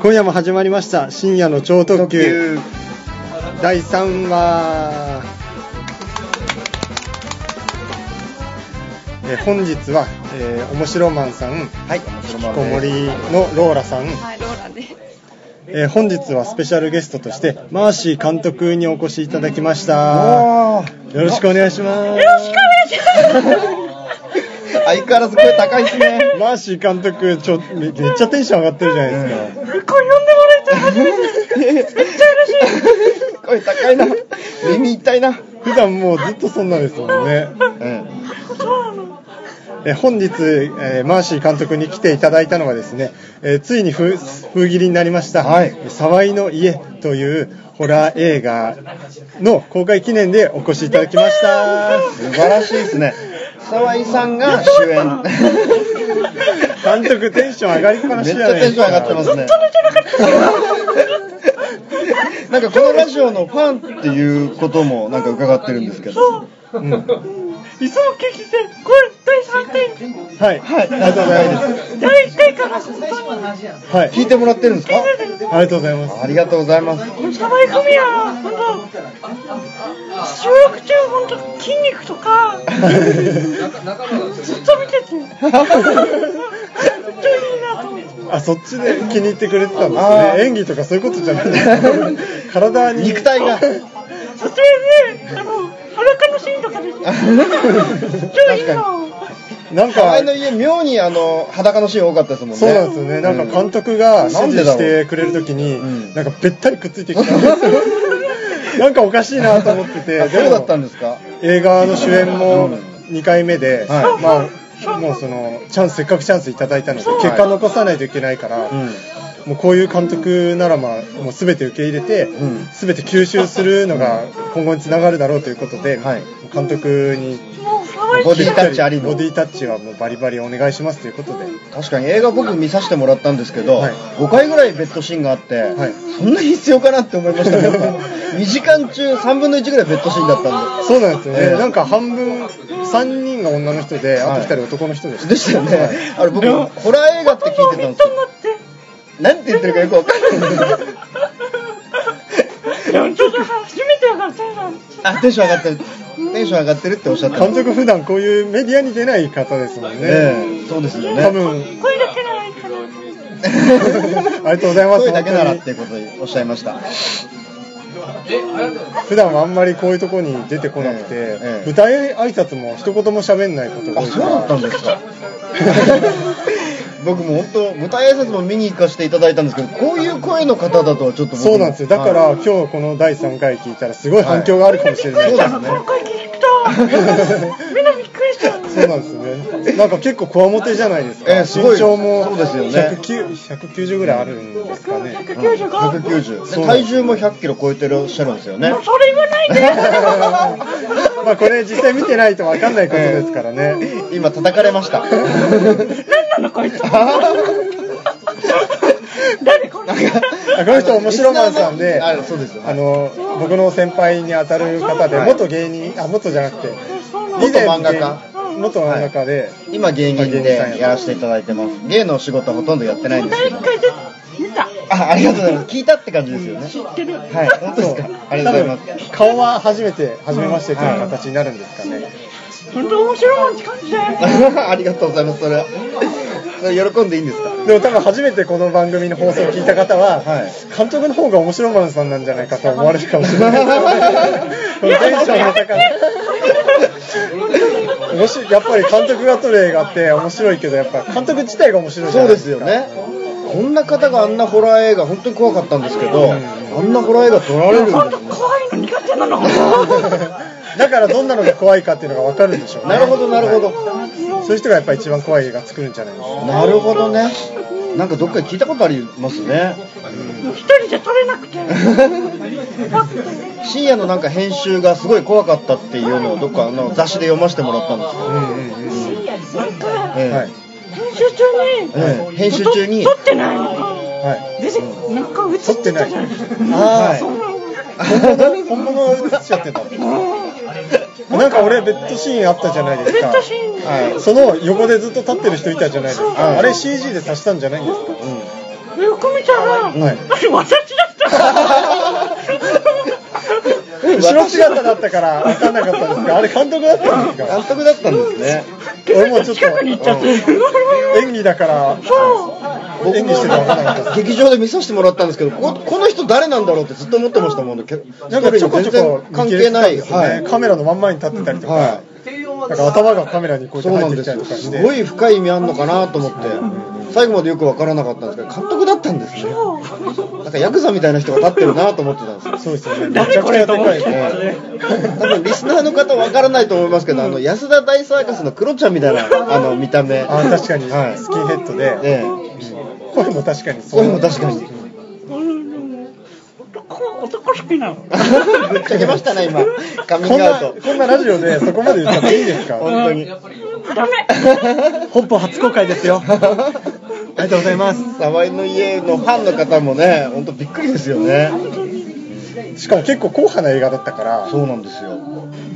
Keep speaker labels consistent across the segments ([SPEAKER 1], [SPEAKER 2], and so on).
[SPEAKER 1] 今夜も始まりました深夜の超特急第3話えー本日は、えー、面白マンさん
[SPEAKER 2] はい、
[SPEAKER 1] 引きこもりのローラさん、
[SPEAKER 3] はい、ローラです。
[SPEAKER 1] えー本日はスペシャルゲストとしてマーシー監督にお越しいただきました
[SPEAKER 2] あ
[SPEAKER 1] よろしくお願いします
[SPEAKER 2] 相変わらず声高いですね。
[SPEAKER 1] マーシー監督ちょめめっちゃテンション上がってるじゃないですか、
[SPEAKER 2] 声高いな。耳痛いな。
[SPEAKER 1] 普段もうずっとそんなですもんね。
[SPEAKER 2] うん。
[SPEAKER 1] え本日、えーマーシー監督に来ていただいたのはですね、えーついにふ封切りになりました、
[SPEAKER 2] はい
[SPEAKER 1] 沢井の家というホラー映画の公開記念でお越しいただきま した。
[SPEAKER 2] 素晴らしいですね。沢井さんが主演。
[SPEAKER 1] 監督テンション上がりっぱ
[SPEAKER 2] め
[SPEAKER 1] な
[SPEAKER 2] っ
[SPEAKER 1] し
[SPEAKER 2] ち
[SPEAKER 1] じ
[SPEAKER 2] ゃ
[SPEAKER 1] ゃない
[SPEAKER 2] テ
[SPEAKER 1] です
[SPEAKER 2] ンショ
[SPEAKER 1] か。
[SPEAKER 2] ン上がってますね。なんかこのラジオのファンっていうこともなんか伺ってるんですけど。
[SPEAKER 4] 理想聞きて、これ第3点、
[SPEAKER 1] はい、
[SPEAKER 2] はい、
[SPEAKER 1] ありがとうございます。
[SPEAKER 4] 第1回から、こ
[SPEAKER 1] はい、
[SPEAKER 2] 聞いてもらってるんですか
[SPEAKER 1] ありがとうござい ます。
[SPEAKER 2] ありがとうございます。
[SPEAKER 4] のサバイ組や、ほんと、収録中、ほんと、筋肉とか、ずっと見てて、めっちゃいいなと思って、
[SPEAKER 1] あ、そっちで気に入ってくれてたんで
[SPEAKER 2] あ
[SPEAKER 1] す
[SPEAKER 2] ー
[SPEAKER 1] ね。演技とかそういうことじゃなく て、体に
[SPEAKER 2] 肉体 が。
[SPEAKER 4] それで、あの、裸のシーンとかで、めっちゃいいな、
[SPEAKER 1] なんか
[SPEAKER 2] 沢井の家、妙にあの、裸のシーン多かったですもんね。
[SPEAKER 1] そうなんですよね、なんか監督が指示してくれるときに、
[SPEAKER 2] うん
[SPEAKER 1] なんかべったりくっついてきたんですよ、 なんかおかしいなと思ってて、
[SPEAKER 2] あどうだったん
[SPEAKER 1] で
[SPEAKER 2] ですか
[SPEAKER 1] も映画の主演も
[SPEAKER 2] うん
[SPEAKER 1] 2回目で、
[SPEAKER 2] はい
[SPEAKER 1] まあ、もうそのチャンス、せっかくチャンスいただいたので、
[SPEAKER 2] い
[SPEAKER 1] 結果残さないといけないから、
[SPEAKER 2] うん
[SPEAKER 1] もうこういう監督なら、まあ、もうすべて受け入れて
[SPEAKER 2] ん、
[SPEAKER 1] すべ、て吸収するのが今後につながるだろうということで、
[SPEAKER 2] はい
[SPEAKER 1] 監督に。
[SPEAKER 4] もう、サバイ
[SPEAKER 2] ボディタッチありの
[SPEAKER 1] ボディタッチはもうバリバリお願いしますということで。
[SPEAKER 2] 確かに映画僕見させてもらったんですけど、
[SPEAKER 1] はい
[SPEAKER 2] 5回ぐらいベッドシーンがあって、
[SPEAKER 1] はい
[SPEAKER 2] そんなに必要かなって思いましたけど2時間中3分の1ぐらいベッドシーンだったん
[SPEAKER 1] そうなんですよね、
[SPEAKER 2] ええ
[SPEAKER 1] なんか半分、3人が女の人で、あと2人男の人でし
[SPEAKER 2] で
[SPEAKER 1] た。
[SPEAKER 2] でしたよね、あれ僕ホラー映画って聞いてたんです
[SPEAKER 4] と思
[SPEAKER 2] よ
[SPEAKER 4] って。
[SPEAKER 2] 何て言ってるかよくわかんない
[SPEAKER 4] いやちょっと初めてやからそうなんです
[SPEAKER 2] あテンション上がってるテンション上がってるっておっしゃって
[SPEAKER 1] 監督、普段こういうメディアに出ない方ですもんね。
[SPEAKER 2] ええそうですよね
[SPEAKER 1] 多 分
[SPEAKER 4] 声だけならいいかな
[SPEAKER 1] ありがとうございます
[SPEAKER 2] 声だけならって
[SPEAKER 1] 本
[SPEAKER 2] いうことでおっしゃいました
[SPEAKER 1] 普段はあんまりこういうとこに出てこなくて、
[SPEAKER 2] ええ
[SPEAKER 1] 舞台挨拶も一言も喋んないことが
[SPEAKER 2] あ
[SPEAKER 1] 多い
[SPEAKER 2] そう
[SPEAKER 1] か
[SPEAKER 2] だったんです か僕も本当舞台挨拶も見に行かせていただいたんですけどこういう声の方だとはちょっ
[SPEAKER 1] ら
[SPEAKER 2] と僕も
[SPEAKER 1] そうなんですよだから、
[SPEAKER 2] はい
[SPEAKER 1] 今日この第3回聞いたらすごい反響があるかもしれない、
[SPEAKER 2] そうですね
[SPEAKER 4] 今回聞くと みんなびっくりした
[SPEAKER 1] そうなんですよね。なんか結構こわもてじゃないですか。
[SPEAKER 2] ええすごい
[SPEAKER 1] 身長も
[SPEAKER 2] そうですよね
[SPEAKER 1] 109 190ぐらいあるんですかね。
[SPEAKER 4] 195、
[SPEAKER 2] 190
[SPEAKER 1] そう
[SPEAKER 2] で体重も100キロ超えてらっしゃるんですよね
[SPEAKER 4] もうそれ言わないで
[SPEAKER 1] まあこれ実際見てないと分かんないことですからね。
[SPEAKER 2] 今叩かれました
[SPEAKER 4] 何なのこいつ誰これ
[SPEAKER 1] あこの人面白マンさんで、
[SPEAKER 2] あそうです
[SPEAKER 1] あの僕の先輩に当たる方で元芸人あ元じゃなくて
[SPEAKER 4] そうなの
[SPEAKER 2] 元漫画家
[SPEAKER 1] 以前元漫画家で、
[SPEAKER 2] 今芸人でやらせていただいてます芸の仕事はほとんどやってないん
[SPEAKER 4] もう
[SPEAKER 2] ですけ
[SPEAKER 4] 第
[SPEAKER 2] ど
[SPEAKER 4] 1回で見た
[SPEAKER 2] あありがとうございます聞いたって感じです よね
[SPEAKER 4] 知ってる
[SPEAKER 2] はい本当ですかありがとうございます
[SPEAKER 1] 多分顔は初めて初めましてという形になるんですかね。
[SPEAKER 4] 本当面白いもん感じだよ
[SPEAKER 2] ありがとうございますそれはそれ喜んでいいんですか
[SPEAKER 1] でも多分初めてこの番組の放送を聞いた方は、
[SPEAKER 2] はい
[SPEAKER 1] 監督の方が面白マンさんなんじゃないかと思われるかもしれない。このテンションの高い。面白いやっぱり監督が撮る映画って面白いけどやっぱ監督自体が面白いじゃ
[SPEAKER 2] そ
[SPEAKER 1] ない
[SPEAKER 2] う
[SPEAKER 1] で
[SPEAKER 2] ですす
[SPEAKER 1] か
[SPEAKER 2] よねこんな方があんなホラー映画本当に怖かったんですけどあんなホラー映画撮られるんです
[SPEAKER 4] 本当
[SPEAKER 2] ね
[SPEAKER 4] 怖いの苦手なの
[SPEAKER 1] だからどんなのが怖いかっていうのが分かるんでしょうね
[SPEAKER 2] なるほどなるほど、
[SPEAKER 1] そういう人がやっぱ一番怖い映画作るんじゃないですか
[SPEAKER 2] なるほどね。なんかどっかで聞いたことありますね。
[SPEAKER 4] もう一人じゃ撮れなくて怖くて
[SPEAKER 2] 深夜のなんか編集がすごい怖かったっていうのをどっかあの雑誌で読ませてもらったんですけど、
[SPEAKER 1] うんうんうん
[SPEAKER 4] なんか
[SPEAKER 2] ええ
[SPEAKER 1] はい
[SPEAKER 4] 編集中に、
[SPEAKER 2] ええ編集中に
[SPEAKER 4] 撮撮っ てないのか
[SPEAKER 1] はい
[SPEAKER 4] 出てなんか映っ
[SPEAKER 1] 撮って
[SPEAKER 4] て
[SPEAKER 1] な
[SPEAKER 4] た
[SPEAKER 1] い
[SPEAKER 4] じゃないですか
[SPEAKER 2] はい
[SPEAKER 4] そうなの
[SPEAKER 1] 本物映っちゃってたなんか俺ベッドシーンあったじゃないです
[SPEAKER 4] ベ
[SPEAKER 1] か
[SPEAKER 4] ッドシーン
[SPEAKER 1] はい、その横でずっと立ってる人いたじゃないですか、
[SPEAKER 2] はい
[SPEAKER 1] あれ CG で足したんじゃないんですか、
[SPEAKER 4] よく見たら、
[SPEAKER 1] はい
[SPEAKER 4] 私私だった
[SPEAKER 1] 後ろ姿だったから分かんなかったんですが、あれ監督だったんですか
[SPEAKER 2] 監督だったんですね。
[SPEAKER 1] 俺もちょっと、
[SPEAKER 4] 近くに行っちゃって、
[SPEAKER 1] 演技だから、
[SPEAKER 4] そう
[SPEAKER 1] 演技してたら分かんなかった
[SPEAKER 2] 劇場で見させてもらったんですけど、ここの人誰なんだろうってずっと思ってましたもんね。け
[SPEAKER 1] なんかちょこちょこ
[SPEAKER 2] 関係ない。
[SPEAKER 1] は、
[SPEAKER 2] はいい。
[SPEAKER 1] カメラの真ん前に立ってたりとか、
[SPEAKER 2] は
[SPEAKER 1] なんか頭がカメラにこう
[SPEAKER 2] そ
[SPEAKER 1] や
[SPEAKER 2] う
[SPEAKER 1] って入っ
[SPEAKER 2] なん
[SPEAKER 1] て
[SPEAKER 2] で
[SPEAKER 1] き
[SPEAKER 2] す
[SPEAKER 1] たりとかして、
[SPEAKER 2] よ。すごい深い意味あんのかなと思って、最後までよくわからなかったんですけど、監督だったんですね。なんかヤクザみたいな人が立ってるなと思ってたんですよ。
[SPEAKER 1] そうですよね、めちゃくちゃでかいね。
[SPEAKER 2] 多分リスナーの方わからないと思いますけど、あの安田大サーカスのクロちゃんみたいなあの見た目。
[SPEAKER 1] あ確かに、
[SPEAKER 2] はい
[SPEAKER 1] スキンヘッドで、
[SPEAKER 2] え
[SPEAKER 1] 声も確かに
[SPEAKER 2] え、
[SPEAKER 1] そう
[SPEAKER 2] 声も確かに。
[SPEAKER 4] 俺でも男男好きなの
[SPEAKER 2] ぶっちゃけましたね今。カミン
[SPEAKER 1] こん
[SPEAKER 2] グ
[SPEAKER 1] な
[SPEAKER 2] アウト。
[SPEAKER 1] こんなラジオでそこまで言ったらいいですか
[SPEAKER 2] 本当に。
[SPEAKER 4] ダメ
[SPEAKER 1] 本邦初公開ですよありがとうございます
[SPEAKER 2] 沢井の家のファンの方もね、本当びっくりですよね。
[SPEAKER 1] しかも結構硬派な映画だったから
[SPEAKER 2] そうなんですよ。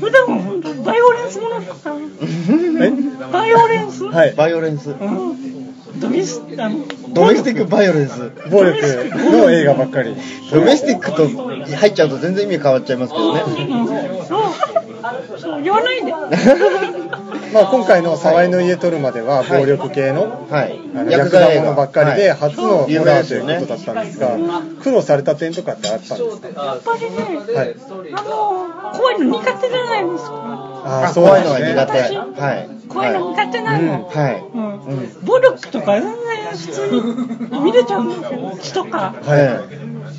[SPEAKER 4] 普段は本当にバイオレンスものだったの
[SPEAKER 1] え
[SPEAKER 4] バイオレンス、
[SPEAKER 1] はい
[SPEAKER 2] バイオレンス。
[SPEAKER 4] うん、ドミスあの
[SPEAKER 2] ドメスティックバイオレンス。
[SPEAKER 1] 暴力の映画ばっかり
[SPEAKER 2] ドメスティックと入っちゃうと全然意味変わっちゃいますけどね。
[SPEAKER 4] そうそう言わないで
[SPEAKER 1] まあ今回の「沢井の家取るまで」は暴力系の,、
[SPEAKER 2] はい
[SPEAKER 1] あ。のヤ
[SPEAKER 2] ヤ
[SPEAKER 1] ク
[SPEAKER 2] ク
[SPEAKER 1] ザ
[SPEAKER 2] ザ映
[SPEAKER 1] も
[SPEAKER 2] 画
[SPEAKER 1] のばっかりで
[SPEAKER 2] はい
[SPEAKER 1] 初のホ
[SPEAKER 2] 有名
[SPEAKER 1] ラ
[SPEAKER 2] で
[SPEAKER 1] ー
[SPEAKER 2] す
[SPEAKER 1] とい
[SPEAKER 2] よね
[SPEAKER 1] うことだったんですが苦労された点とかってあったんですか
[SPEAKER 4] やっぱりね、
[SPEAKER 1] はい
[SPEAKER 4] あの怖いの苦手じゃないですか
[SPEAKER 1] あー
[SPEAKER 2] 怖いのが苦手。
[SPEAKER 1] そうですね
[SPEAKER 2] はい。
[SPEAKER 4] 怖いの
[SPEAKER 2] は
[SPEAKER 4] 苦手なの、
[SPEAKER 2] い。はい。
[SPEAKER 4] うんボルクとか全然普通に見れちゃうんだけど血とか
[SPEAKER 2] は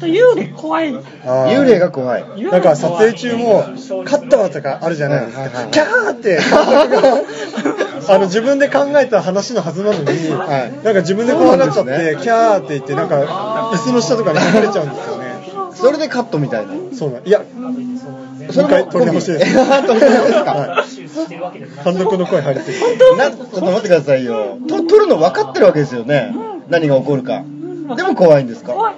[SPEAKER 4] 幽霊怖い幽
[SPEAKER 1] あ
[SPEAKER 2] い。
[SPEAKER 1] ー
[SPEAKER 2] 幽霊が怖い。
[SPEAKER 4] 霊怖い
[SPEAKER 1] なんか撮影中もカッターとかあるじゃないです
[SPEAKER 2] はいはい
[SPEAKER 1] か、
[SPEAKER 2] はい
[SPEAKER 1] キャーっ て、あの自分で考えた話のはずなのに、
[SPEAKER 2] はい
[SPEAKER 1] なんか自分で怖がっちゃっ
[SPEAKER 2] そうなんで
[SPEAKER 1] て、
[SPEAKER 2] すね
[SPEAKER 1] キャーって言って、なんか椅子の下とかに隠れちゃうんですよね。
[SPEAKER 2] それでカットみたいな。
[SPEAKER 1] そうなんいや、
[SPEAKER 2] そ
[SPEAKER 1] 今
[SPEAKER 2] れ
[SPEAKER 1] 回
[SPEAKER 2] も
[SPEAKER 1] 取り直しです。
[SPEAKER 2] 取り直しですか
[SPEAKER 1] はい単独の声入ってる。
[SPEAKER 2] なちょっと待ってくださいよ。と撮るの分かってるわけですよね。何が起こるか。でも怖いんですか。
[SPEAKER 4] 怖い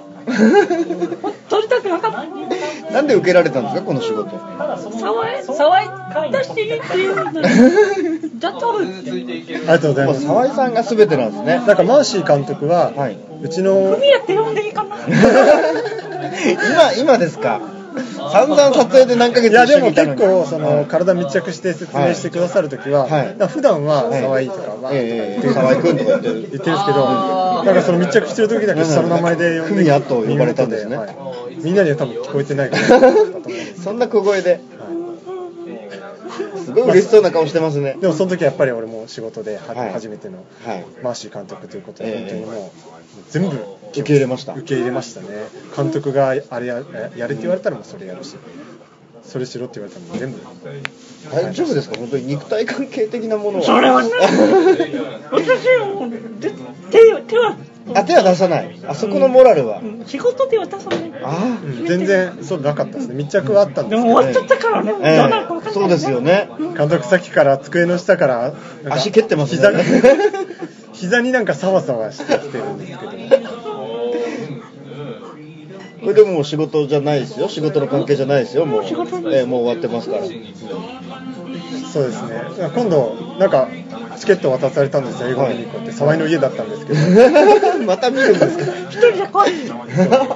[SPEAKER 4] 撮りたくなかった
[SPEAKER 2] なんで受けられたんですかこの仕事。
[SPEAKER 4] 騒い騒い出していいっていうのにじゃあ撮るって
[SPEAKER 1] ありがとうござい
[SPEAKER 2] も
[SPEAKER 1] ま
[SPEAKER 2] う
[SPEAKER 1] す。
[SPEAKER 2] 沢井さんが全てなんですね。
[SPEAKER 1] なんかマーシー監督は、
[SPEAKER 2] はい。
[SPEAKER 1] うちの
[SPEAKER 4] 海やって呼んでいいかな
[SPEAKER 2] 今今ですか。散々撮影で何ヶ
[SPEAKER 1] い
[SPEAKER 2] 月
[SPEAKER 1] や
[SPEAKER 2] 一
[SPEAKER 1] で
[SPEAKER 2] 緒に
[SPEAKER 1] も
[SPEAKER 2] いたの
[SPEAKER 1] 結
[SPEAKER 2] に。
[SPEAKER 1] 構その体密着して説明してくださるときは、
[SPEAKER 2] はい
[SPEAKER 1] だから普段は
[SPEAKER 2] はい
[SPEAKER 1] 沢井とかは
[SPEAKER 2] ええええ沢井君とか言って
[SPEAKER 1] 言ってるんで
[SPEAKER 2] る。
[SPEAKER 1] すけど、なんかその密着してる時だけ下の名前で呼んで、
[SPEAKER 2] 組やと呼ばれたんですね
[SPEAKER 1] はいみんなには多分聞こえてないからだと思うんです。
[SPEAKER 2] そんな小声で。すごい嬉しそうな顔してますね。
[SPEAKER 1] でもその時はやっぱり俺も仕事では
[SPEAKER 2] はい
[SPEAKER 1] 初めての
[SPEAKER 2] はい。
[SPEAKER 1] マーシー監督ということで
[SPEAKER 2] ええ
[SPEAKER 1] 本当にもう全部
[SPEAKER 2] 受け入れました
[SPEAKER 1] 受。け入れましたね。監督があれややれって言われたらもうそれやるし、それしろって言われたらもう全部。
[SPEAKER 2] 大丈夫ですか本当に肉体関係的なものは。
[SPEAKER 4] それはね私もうで手を手は
[SPEAKER 2] あ手は出さない。あそこのモラルは。
[SPEAKER 4] うん仕事で渡さない
[SPEAKER 2] あ
[SPEAKER 1] うん全然そうなかったですね密着はあったん
[SPEAKER 4] で
[SPEAKER 1] です
[SPEAKER 4] も
[SPEAKER 1] けど
[SPEAKER 4] 終わっちゃったからね、
[SPEAKER 2] あ、
[SPEAKER 4] どうなるか分かんない、
[SPEAKER 2] ええ、そうですよね。
[SPEAKER 1] 監督さっきから机の下からなんか
[SPEAKER 2] 足蹴ってますね
[SPEAKER 1] 膝が膝になんかサワサワしてきてるんですけど
[SPEAKER 2] これでもう仕事じゃないですよ。仕事の関係じゃないですよ。もう、え
[SPEAKER 4] 仕事
[SPEAKER 2] えもう終わってますから。
[SPEAKER 1] そうですね今度なんかチケット渡されたんですよ映画見に行こうって沢井の家だったん ですけど
[SPEAKER 2] また見るんですか
[SPEAKER 4] 一人じゃ怖い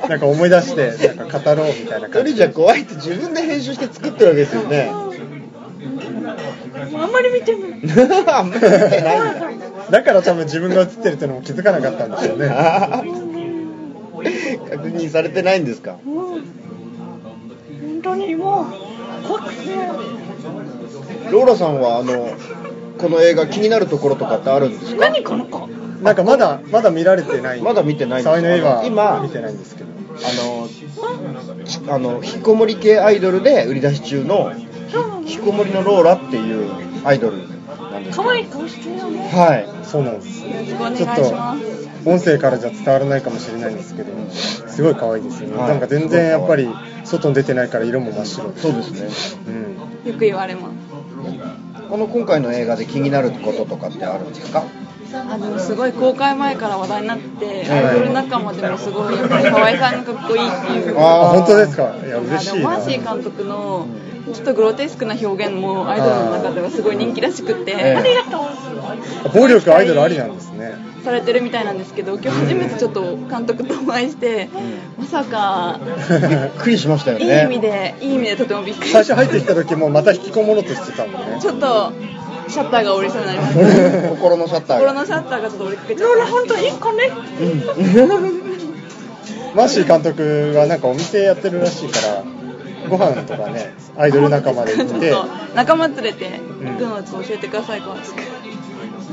[SPEAKER 1] なんか思い出してなんか語ろうみたいな
[SPEAKER 2] 一
[SPEAKER 1] 感
[SPEAKER 2] 人
[SPEAKER 1] じ
[SPEAKER 2] じゃ怖いって自分で編集して作ってるわけですよね。
[SPEAKER 4] あんまり見てない
[SPEAKER 2] あんまり見てないんだ
[SPEAKER 1] だから多分自分が映ってるってのも気づかなかったんですよね
[SPEAKER 2] あー確認されてないんですか
[SPEAKER 4] もう本当にもう怖くて
[SPEAKER 2] ローラさんはあの、この映画気になるところとかってあるんですか
[SPEAKER 4] 何この子
[SPEAKER 1] なんかまだまだ見られてない
[SPEAKER 2] まだ見てないんです
[SPEAKER 1] 沢井の家は
[SPEAKER 2] 今
[SPEAKER 1] 見てないんですけど
[SPEAKER 2] あの、あの、引きこもり系アイドルで売り出し中の、
[SPEAKER 4] そうなの
[SPEAKER 2] 引きこもりのローラっていうアイドルなんですけど
[SPEAKER 4] 可愛い顔してるよね
[SPEAKER 2] はい。
[SPEAKER 1] そうなんです
[SPEAKER 4] よろしくお願い
[SPEAKER 1] ちょ
[SPEAKER 4] し
[SPEAKER 1] っ
[SPEAKER 4] ます
[SPEAKER 1] と音声からじゃ伝わらないかもしれないんですけど、すごい可愛いですよね、
[SPEAKER 2] はい
[SPEAKER 1] なんか全然やっぱり外に出てないから色も真っ白で
[SPEAKER 2] そうですね。
[SPEAKER 1] うん、
[SPEAKER 3] よく言われます
[SPEAKER 2] この今回の映画で気になることとかってあるんですか？
[SPEAKER 3] あのすごい公開前から話題になって
[SPEAKER 2] はい
[SPEAKER 3] アイドル仲間でもすごいやっぱり河合さんがかっこいいっていう
[SPEAKER 2] あー
[SPEAKER 1] あ本当ですかいや嬉
[SPEAKER 3] で
[SPEAKER 1] し
[SPEAKER 3] も
[SPEAKER 1] い
[SPEAKER 3] マ
[SPEAKER 1] な
[SPEAKER 3] ーシー監督のちょっとグロテスクな表現もアイドルの中ではすごい人気らしくて、
[SPEAKER 2] ええ
[SPEAKER 4] ありがとう
[SPEAKER 1] 暴力アイドルありなんですね
[SPEAKER 4] されてるみたいなんですけど今日初めてちょっと監督とお会いしてまさか
[SPEAKER 2] びっくりしましたよ
[SPEAKER 4] いい
[SPEAKER 2] ね。
[SPEAKER 4] 意味でいい意味でとてもびっくり
[SPEAKER 1] 最初入ってきた時もまた引きこもろうとしてたもんね
[SPEAKER 4] ちょっとシャッターが折りそうになりました
[SPEAKER 2] 心のシャッター
[SPEAKER 4] 心
[SPEAKER 2] が。
[SPEAKER 4] のシャッターがちょっと折りかけちゃっ
[SPEAKER 5] ロー
[SPEAKER 4] た
[SPEAKER 5] ラ本当一個ね。
[SPEAKER 1] マーシー監督はなんかお店やってるらしいからご飯とかねアイドル仲間で行っ
[SPEAKER 4] ち
[SPEAKER 1] て
[SPEAKER 4] ょっと仲間連れて行くのをちょっと教えてください詳しく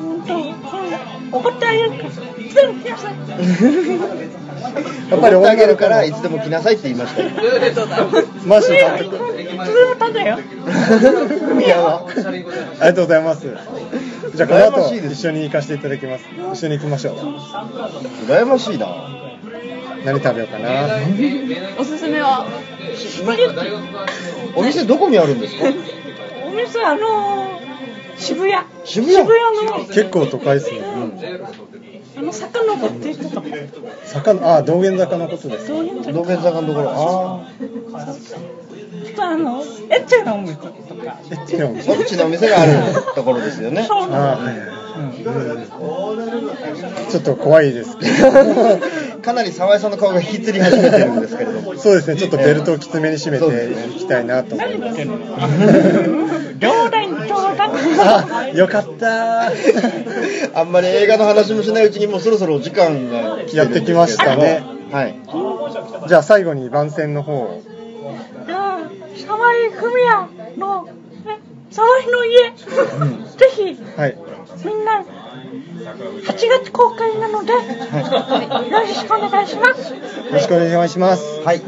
[SPEAKER 5] 本当怒ってあげるから。全部来なさい。
[SPEAKER 1] や
[SPEAKER 2] や
[SPEAKER 1] っ
[SPEAKER 2] っ
[SPEAKER 1] ぱ
[SPEAKER 2] ぱ
[SPEAKER 1] り
[SPEAKER 2] り
[SPEAKER 1] 女
[SPEAKER 2] あげ
[SPEAKER 1] の
[SPEAKER 2] る
[SPEAKER 1] 子
[SPEAKER 2] からい
[SPEAKER 1] の
[SPEAKER 2] つでも来なさいって言いましたよ。
[SPEAKER 4] ありがとうございます
[SPEAKER 1] マーシ
[SPEAKER 5] そ
[SPEAKER 1] ー
[SPEAKER 5] れ
[SPEAKER 1] 監
[SPEAKER 5] は
[SPEAKER 1] 督
[SPEAKER 5] ただよ。
[SPEAKER 2] 宮は。
[SPEAKER 1] ありがとうございますじゃあこの
[SPEAKER 2] 羨ま
[SPEAKER 1] 後
[SPEAKER 2] しいです
[SPEAKER 1] 一緒に行かせていただきます一緒に行きましょう
[SPEAKER 2] 羨ましいな。
[SPEAKER 1] 何食べようかな
[SPEAKER 4] おすすめは
[SPEAKER 2] お店どこにあるんですか。
[SPEAKER 5] お店あの渋谷。
[SPEAKER 2] 渋谷
[SPEAKER 5] 渋谷の
[SPEAKER 1] 結構都会ですね、
[SPEAKER 5] あの坂登っていくとこ。
[SPEAKER 1] 坂のあ道玄坂のことです
[SPEAKER 5] どういうと
[SPEAKER 2] 道玄坂のところ。あ
[SPEAKER 5] ちょっとあのエッチなお店とか。
[SPEAKER 1] えっちのお
[SPEAKER 2] あ。
[SPEAKER 1] 店
[SPEAKER 2] そっちのお店があるところですよね。
[SPEAKER 5] そうなの。
[SPEAKER 1] あはいはいうんちょっと怖い ですけど
[SPEAKER 2] かなり沢井さんの顔が引きつり始めてるんですけれど も。
[SPEAKER 1] そうですねちょっとベルトをきつめに締めていきたいなと思います
[SPEAKER 5] 冗談冗談。
[SPEAKER 1] あ よかった
[SPEAKER 2] あんまり映画の話もしないうちにもうそろそろお時間が来てるんで
[SPEAKER 1] やって
[SPEAKER 2] すけれども
[SPEAKER 1] きましたね
[SPEAKER 2] はい。
[SPEAKER 1] じゃあ最後に番宣の方を
[SPEAKER 5] じゃあ沢井文也のね沢井の家。ぜひ。
[SPEAKER 1] はい
[SPEAKER 5] みんな、8月公開なので、よろしくお願いします。
[SPEAKER 1] よろしくお願いします
[SPEAKER 2] はい。